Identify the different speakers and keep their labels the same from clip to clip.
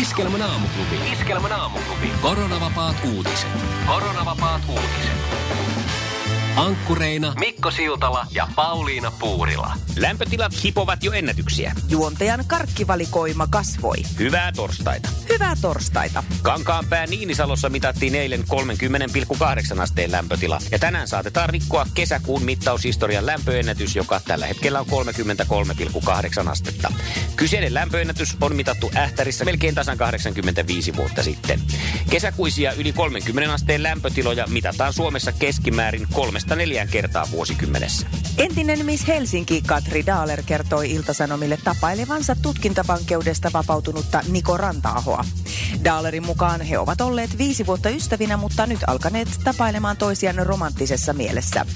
Speaker 1: Iskelmän aamuklubi. Iskelmän aamuklubi. Koronavapaat uutiset. Koronavapaat uutiset. Ankkureina Mikko Siltala ja Pauliina Puurila.
Speaker 2: Lämpötilat hipovat jo ennätyksiä.
Speaker 3: Juontajan karkkivalikoima kasvoi.
Speaker 2: Hyvää torstaita.
Speaker 3: Hyvää torstaita.
Speaker 2: Kankaanpää Niinisalossa mitattiin eilen 30,8 asteen lämpötila. Ja tänään saatetaan rikkoa kesäkuun mittaushistorian lämpöennätys, joka tällä hetkellä on 33,8 astetta. Kyseinen lämpöennätys on mitattu Ähtärissä melkein tasan 85 vuotta sitten. Kesäkuisia yli 30 asteen lämpötiloja mitataan Suomessa keskimäärin kolmesta neljään kertaa vuosikymmenessä.
Speaker 3: Entinen Miss Helsinki Katri Daaler kertoi Iltasanomille tapailevansa tutkintavankeudesta vapautunutta Niko Rantaahoa. Daalerin mukaan he ovat olleet viisi vuotta ystävinä, mutta nyt alkaneet tapailemaan toisiaan romanttisessa mielessä.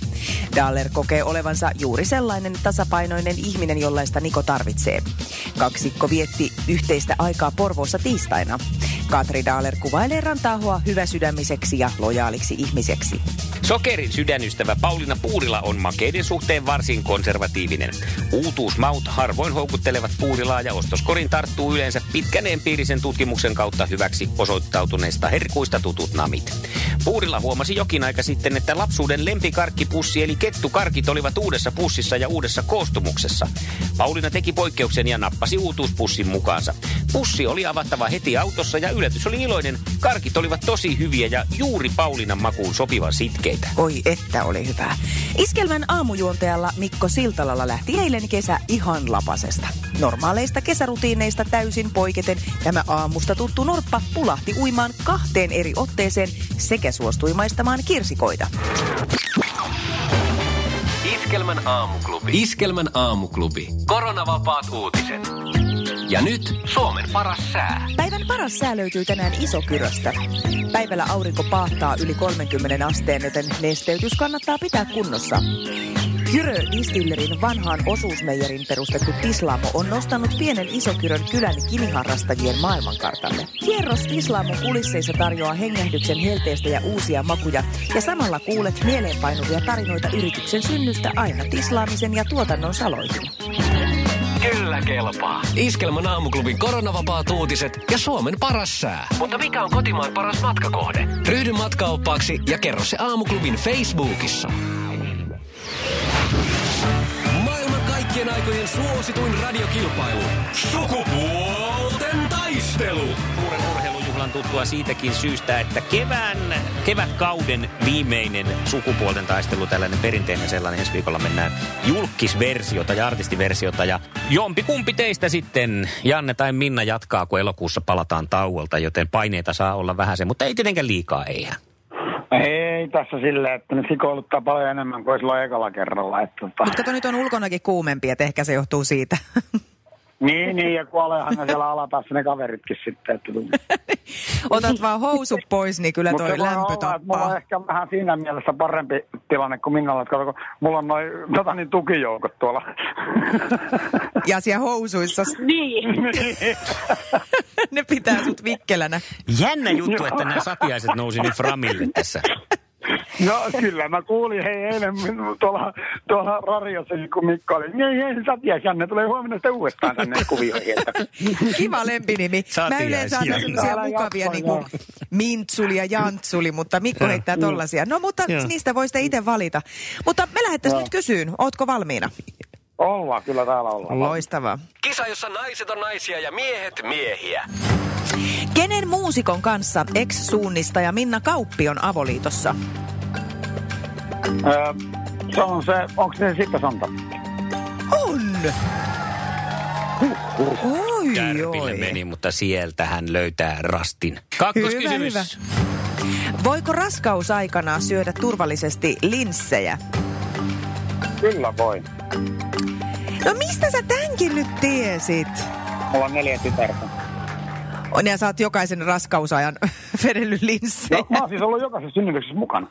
Speaker 3: Daaler kokee olevansa juuri sellainen tasapainoinen ihminen, jollaista Niko tarvitsee. Kaksikko vietti yhteistä aikaa Porvoossa tiistaina. Katri Daaler kuvailee Rantaahoa hyväsydämiseksi ja lojaaliksi ihmiseksi.
Speaker 2: Sokerin sydänystävä Pauliina Puurila on makeiden suhteen varsin konservatiivinen. Uutuusmaut harvoin houkuttelevat Puurilaa ja ostoskorin tarttuu yleensä pitkän empiirisen tutkimuksen kautta hyväksi osoittautuneista herkuista tutut namit. Puurila huomasi jokin aika sitten, että lapsuuden lempikarkkipussi eli kettukarkit olivat uudessa pussissa ja uudessa koostumuksessa. Pauliina teki poikkeuksen ja nappasi uutuuspussin mukaansa. Pussi oli avattava heti autossa ja yllätys oli iloinen. Karkit olivat tosi hyviä ja juuri Pauliinan makuun sopivan sitkeitä.
Speaker 3: Oi että oli hyvää. Iskelmän aamujuontajalla Mikko Siltalalla lähti eilen kesä ihan lapasesta. Normaaleista kesärutiineista täysin poiketen tämä aamusta tuttu norppa pulahti uimaan kahteen eri otteeseen sekä suostui maistamaan kirsikoita.
Speaker 1: Iskelmän aamuklubi.
Speaker 2: Iskelmän aamuklubi.
Speaker 1: Koronavapaat uutiset.
Speaker 2: Ja nyt
Speaker 1: Suomen paras sää.
Speaker 3: Päivän paras sää löytyy tänään Isokyröstä. Päivällä aurinko paahtaa yli 30 asteen, joten nesteytys kannattaa pitää kunnossa. Kyrö Distillerin vanhaan osuusmeijerin perustettu Tislaamo on nostanut pienen Isokyrön kylän kiniharrastajien maailmankartalle. Kierros Tislaamon kulisseissa tarjoaa hengähdyksen helteistä ja uusia makuja, ja samalla kuulet mieleenpainuvia tarinoita yrityksen synnystä aina tislaamisen ja tuotannon saloihin.
Speaker 1: Kyllä kelpaa.
Speaker 2: Iskelmän aamuklubin koronavapaat uutiset ja Suomen paras sää.
Speaker 1: Mutta mikä on kotimaan paras matkakohde?
Speaker 2: Ryhdy matkaoppaaksi ja kerro se aamuklubin Facebookissa. Maailman kaikkien aikojen suosituin radiokilpailu.
Speaker 4: Sukupuolten taistelu.
Speaker 2: Suuren urheilujuhlan tuttua siitäkin syystä, että kevään, kevätkauden viimeinen sukupuolten taistelu, tällainen perinteinen sellainen, ensi viikolla mennään julkisversiota ja artistiversiota. Ja jompi kumpi teistä sitten, Janne tai Minna, jatkaa, kun elokuussa palataan tauolta, joten paineita saa olla vähän se, mutta ei tietenkään liikaa, eihän.
Speaker 5: Ei tässä silleen, että ne sikoiluttaa paljon enemmän kuin silloin ekalla kerralla. Että, tota,
Speaker 3: Mutta kato, nyt on ulkonakin kuumempi, että ehkä se johtuu siitä.
Speaker 5: niin, niin, ja kuoleehan ne siellä alapäässä ne kaveritkin sitten. Että, tota.
Speaker 3: Otat vaan housut pois, niin kyllä toi
Speaker 5: se voi
Speaker 3: lämpö
Speaker 5: olla, että mulla on
Speaker 3: tappaa.
Speaker 5: ehkä vähän siinä mielessä parempi tilanne kuin Minnalla, että kato, kun mulla on noin tota, niin tukijoukot tuolla.
Speaker 3: Ja siellä housuissa s-
Speaker 6: Niin.
Speaker 3: ne pitää sut vikkelänä.
Speaker 2: Jännä juttu, että nämä satiaiset nousi nyt framille tässä.
Speaker 5: no kyllä, mä kuulin hei eilen min- tuolla, tuolla radiossa, kun Mikko oli. Niin, ei, sä tiedät, Janne, tulee huomenna sitten uudestaan tänne kuvioihin. Että.
Speaker 3: Kiva lempinimi. Mä
Speaker 2: Satiaisia.
Speaker 3: yleensä annan semmoisia
Speaker 5: Älä
Speaker 3: mukavia
Speaker 5: jaksa,
Speaker 3: niin kuin mintsuli ja jantsuli, mutta Mikko heittää tollasia. No mutta niistä voi sitten itse valita. Mutta me lähettäisiin nyt kysyyn. Ootko valmiina?
Speaker 5: Ollaan, kyllä täällä ollaan.
Speaker 3: Loistavaa.
Speaker 1: Kisa, jossa naiset on naisia ja miehet miehiä.
Speaker 3: Kenen muusikon kanssa ex-suunnistaja Minna Kauppi on avoliitossa?
Speaker 5: Öö, se on se, onko se sitten Santa?
Speaker 3: On! Oi,
Speaker 2: Kärpille
Speaker 3: oi.
Speaker 2: meni, mutta sieltä hän löytää rastin. Kakkoskysymys.
Speaker 3: Hyvä, Voiko raskausaikana syödä turvallisesti linssejä?
Speaker 5: Kyllä voi.
Speaker 3: No mistä sä tämänkin nyt tiesit?
Speaker 5: Mulla on neljä tytärtä.
Speaker 3: On ja sä oot jokaisen raskausajan vedellyt linssejä.
Speaker 5: No, mä oon siis ollut jokaisessa synnytyksessä mukana.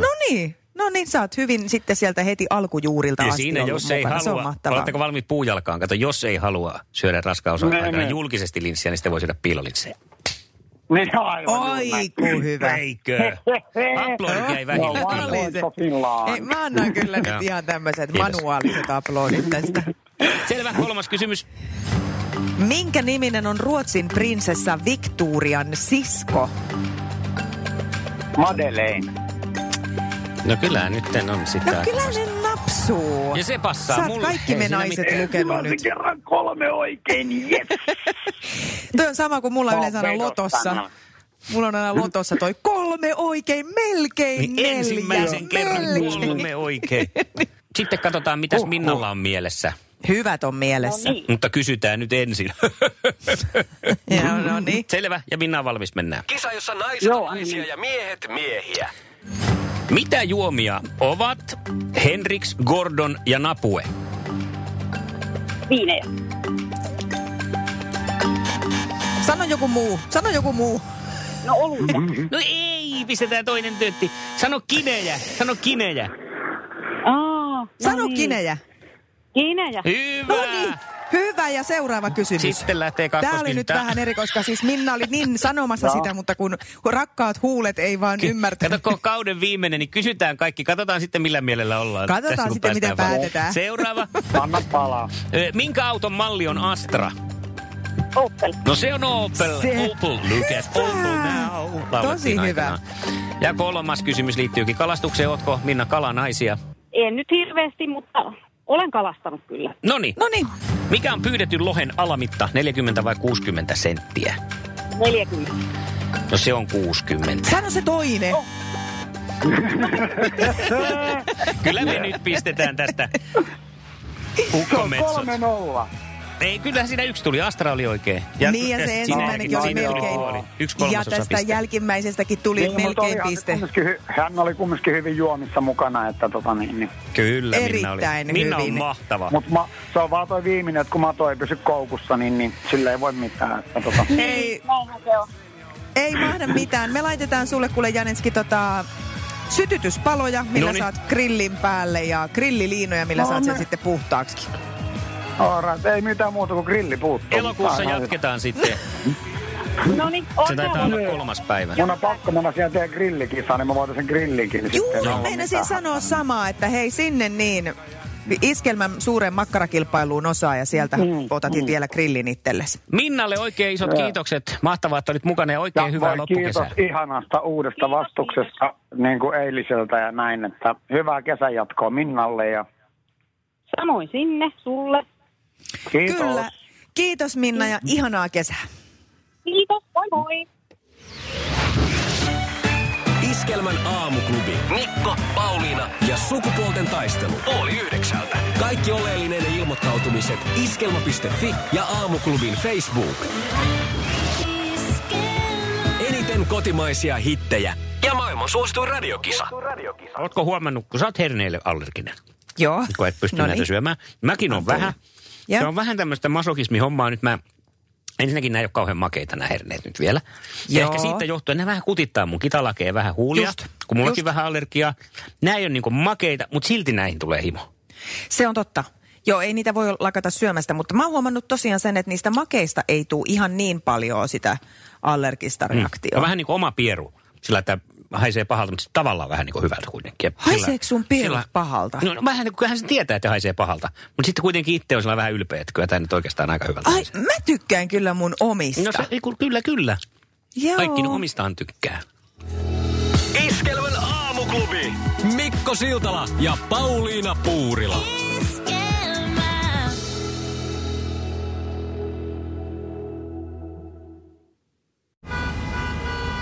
Speaker 3: No niin, no niin, sä oot hyvin sitten sieltä heti alkujuurilta
Speaker 2: Ja
Speaker 3: asti
Speaker 2: siinä,
Speaker 3: ollut
Speaker 2: jos ei
Speaker 3: mukana. Se on
Speaker 2: halua,
Speaker 3: mahtavaa.
Speaker 2: oletteko valmiit puujalkaan? Kato, jos ei halua syödä
Speaker 5: Ne,
Speaker 2: raskausaikana
Speaker 5: ne.
Speaker 2: julkisesti linssiä, niin sitten voi syödä piilolinssejä.
Speaker 5: Niin aivan.
Speaker 3: Oi, ku hyvä.
Speaker 2: Eikö? Aplodit jäi
Speaker 5: No,
Speaker 2: vähille.
Speaker 5: vaan
Speaker 2: kyllä.
Speaker 3: Oli se.
Speaker 5: voitto Finland.
Speaker 3: Ei, mä annan kyllä
Speaker 2: Joo.
Speaker 3: nyt ihan tämmöiset
Speaker 2: Kiitos.
Speaker 3: manuaaliset aplodit tästä.
Speaker 2: Selvä, kolmas kysymys.
Speaker 3: Minkä niminen on Ruotsin prinsessa Victorian sisko?
Speaker 5: Madeleine.
Speaker 2: No kyllä, nyt on sitä.
Speaker 3: No kyllä ne napsuu.
Speaker 2: Ja se passaa
Speaker 3: Sä oot
Speaker 2: mulle.
Speaker 3: kaikki
Speaker 2: Ei
Speaker 3: me
Speaker 2: siinä
Speaker 3: naiset
Speaker 2: mitään.
Speaker 3: lukenut nyt.
Speaker 5: kerran kolme oikein, jes.
Speaker 3: Toi on sama kuin mulla
Speaker 5: Mä oon
Speaker 3: yleensä aina lotossa.
Speaker 5: pedostana.
Speaker 3: Mulla on aina lotossa toi kolme oikein, melkein
Speaker 2: Niin
Speaker 3: neljä.
Speaker 2: ensimmäisen kerran
Speaker 3: melkein.
Speaker 2: kolme oikein. Sitten katsotaan, mitäs Minnalla on mielessä.
Speaker 3: Hyvät on mielessä.
Speaker 6: No niin.
Speaker 2: Mutta kysytään nyt ensin.
Speaker 3: Joo, no niin.
Speaker 2: Selvä, ja Minna on valmis, mennään.
Speaker 1: Kisa, jossa naiset
Speaker 5: Joo,
Speaker 1: on naisia ja miehet miehiä.
Speaker 2: Mitä juomia ovat Henriks, Gordon ja Napue?
Speaker 6: Viinejä.
Speaker 3: Sano joku muu, sano joku muu.
Speaker 6: No oluita.
Speaker 2: No ei, pistetään toinen tytti. Sano kinejä, sano kinejä.
Speaker 6: Aa, no
Speaker 3: Sano
Speaker 6: niin.
Speaker 3: kinejä.
Speaker 6: Kinejä.
Speaker 2: Hyvä.
Speaker 3: No niin, hyvä ja seuraava kysymys.
Speaker 2: Sitten lähtee
Speaker 3: Tämä oli nyt
Speaker 2: kakkoskysyntä.
Speaker 3: vähän eri, koska siis Minna oli niin sanomassa
Speaker 2: No.
Speaker 3: sitä, mutta kun rakkaat huulet ei vaan ymmärtänyt.
Speaker 2: Kato, kun on kauden viimeinen, niin kysytään kaikki. Katsotaan sitten, millä mielellä ollaan.
Speaker 3: Katsotaan
Speaker 2: kun
Speaker 3: sitten, miten
Speaker 2: päästään vaan.
Speaker 3: päätetään.
Speaker 2: Seuraava.
Speaker 5: Anna palaa.
Speaker 2: Ö, Minkä auton malli on Astra?
Speaker 6: Opel.
Speaker 2: No se on Opel.
Speaker 3: Se-
Speaker 2: Opel, look at Opel now.
Speaker 3: Tosi
Speaker 2: Laulettiin
Speaker 3: hyvä.
Speaker 2: aikanaan. Ja kolmas kysymys liittyykin kalastukseen. Ootko Minna kalanaisia?
Speaker 6: En nyt hirveästi, mutta olen kalastanut kyllä.
Speaker 2: Noniin.
Speaker 3: No niin,
Speaker 2: Mikä on pyydetty lohen alamitta? 40 vai 60 senttiä?
Speaker 6: 40.
Speaker 2: No se on 60.
Speaker 3: sano se toinen.
Speaker 2: Oh. Kyllä me nyt pistetään tästä ukkometsot.
Speaker 5: Kolme nolla.
Speaker 2: Ei, kyllä siinä yksi tuli. Astra oli oikein. Ja
Speaker 3: Niin, ja se
Speaker 2: sinä-
Speaker 3: ensimmäinenkin
Speaker 5: oli
Speaker 2: sinä-
Speaker 5: melkein.
Speaker 2: oli. Yksi
Speaker 3: Ja
Speaker 2: kolmasosa
Speaker 3: tästä
Speaker 2: pistettä.
Speaker 3: jälkimmäisestäkin tuli
Speaker 5: Niin, mutta
Speaker 3: melkein
Speaker 5: olihan se
Speaker 3: piste.
Speaker 5: kumminkin hy- Hän oli kumminkin hyvin juomissa mukana, että tota niin. niin.
Speaker 2: Kyllä, Minna oli.
Speaker 3: Erittäin
Speaker 2: Minna on
Speaker 3: hyvin.
Speaker 2: mahtava.
Speaker 5: Mut mä, se on vaan toi viimeinen, että kun mato ei pysy koukussa, niin, niin sillä ei voi mitään. Että tota.
Speaker 3: Ei,
Speaker 6: Näinhän se on.
Speaker 3: ei mahda mitään. Me laitetaan sulle kuule Janenski tota, sytytyspaloja, millä
Speaker 2: Noniin.
Speaker 3: saat grillin päälle ja grilliliinoja, millä saat sen sitten puhtaaksi.
Speaker 5: Alright, ei mitään muuta kuin grilli puuttuu.
Speaker 2: Elokuussa
Speaker 5: Tää on
Speaker 2: jatketaan sitten.
Speaker 6: No niin,
Speaker 2: Se taitaa olla kolmas päivä.
Speaker 5: Mun on pakko mennä siellä tehdä grillikisaan, niin mä voitan sen grillinkin.
Speaker 3: Juu,
Speaker 5: Joo,
Speaker 3: meinasin siis sanoa samaa, että hei sinne niin iskelmän suureen makkarakilpailuun osaa ja sieltä otatit vielä grillin itsellesi.
Speaker 2: Minnalle oikein isot kiitokset. Mahtavaa, että olit mukana ja oikein hyvää
Speaker 5: Kiitos
Speaker 2: loppukesää.
Speaker 5: ihanasta uudesta
Speaker 6: Kiitos,
Speaker 5: vastuksesta niin kuin eiliseltä ja näin, että hyvää kesän jatkoa Minnalle ja
Speaker 6: Samoin sinne, sulle.
Speaker 5: kiitos.
Speaker 3: Kyllä. Kiitos Minna ja ihanaa kesää.
Speaker 6: Kiitos, moi moi.
Speaker 7: Iskelmän aamuklubi
Speaker 1: Mikko, Pauliina
Speaker 7: ja sukupuolten taistelu.
Speaker 1: Oli yhdeksältä.
Speaker 7: Kaikki oleellinen ilmoittautumiset iskelma.fi ja aamuklubin Facebook. Eniten kotimaisia hittejä
Speaker 1: Ja maailman suosituin radiokisa.
Speaker 2: Ootko huomannut, kun sä oot herneille allerginen,
Speaker 3: Joo.
Speaker 2: kun et pysty
Speaker 3: No
Speaker 2: näitä
Speaker 3: niin.
Speaker 2: syömään. Mäkin on vähän.
Speaker 3: Ja?
Speaker 2: Se on vähän tämmöistä masokismihommaa nyt mä... Ensinnäkin nämä ei ole kauhean makeita nämä herneet nyt vielä. Ja
Speaker 3: Joo.
Speaker 2: ehkä siitä johtuen, nämä vähän kutittaa mun kitalakee vähän huulia,
Speaker 3: Just,
Speaker 2: kun mullakin
Speaker 3: just.
Speaker 2: vähän allergiaa. Nämä ei ole niin makeita, mutta silti näihin tulee himo.
Speaker 3: Se on totta. Joo, ei niitä voi lakata syömästä, mutta mä oon huomannut tosiaan sen, että niistä makeista ei tule ihan niin paljon sitä allergista
Speaker 2: On
Speaker 3: reaktiota.
Speaker 2: vähän niin kuin oma pieru, sillä että haisee pahalta, mutta tavallaan vähän niin kuin hyvältä kuitenkin. Ja
Speaker 3: Haiseeko
Speaker 2: sillä-
Speaker 3: sun pierut
Speaker 2: sillä-
Speaker 3: pahalta?
Speaker 2: No no vähän niin kuin se tietää, että haisee pahalta. Mutta sitten kuitenkin itse on sillä vähän ylpeä, että kyllä tämä nyt oikeastaan aika hyvältä
Speaker 3: Ai,
Speaker 2: haisee.
Speaker 3: mä tykkään kyllä mun omista.
Speaker 2: No se, ei, kun- kyllä, kyllä.
Speaker 3: Joo.
Speaker 2: Kaikki ne omistaan tykkää.
Speaker 1: Iskelmän aamuklubi.
Speaker 7: Mikko Siltala ja Pauliina Puurila.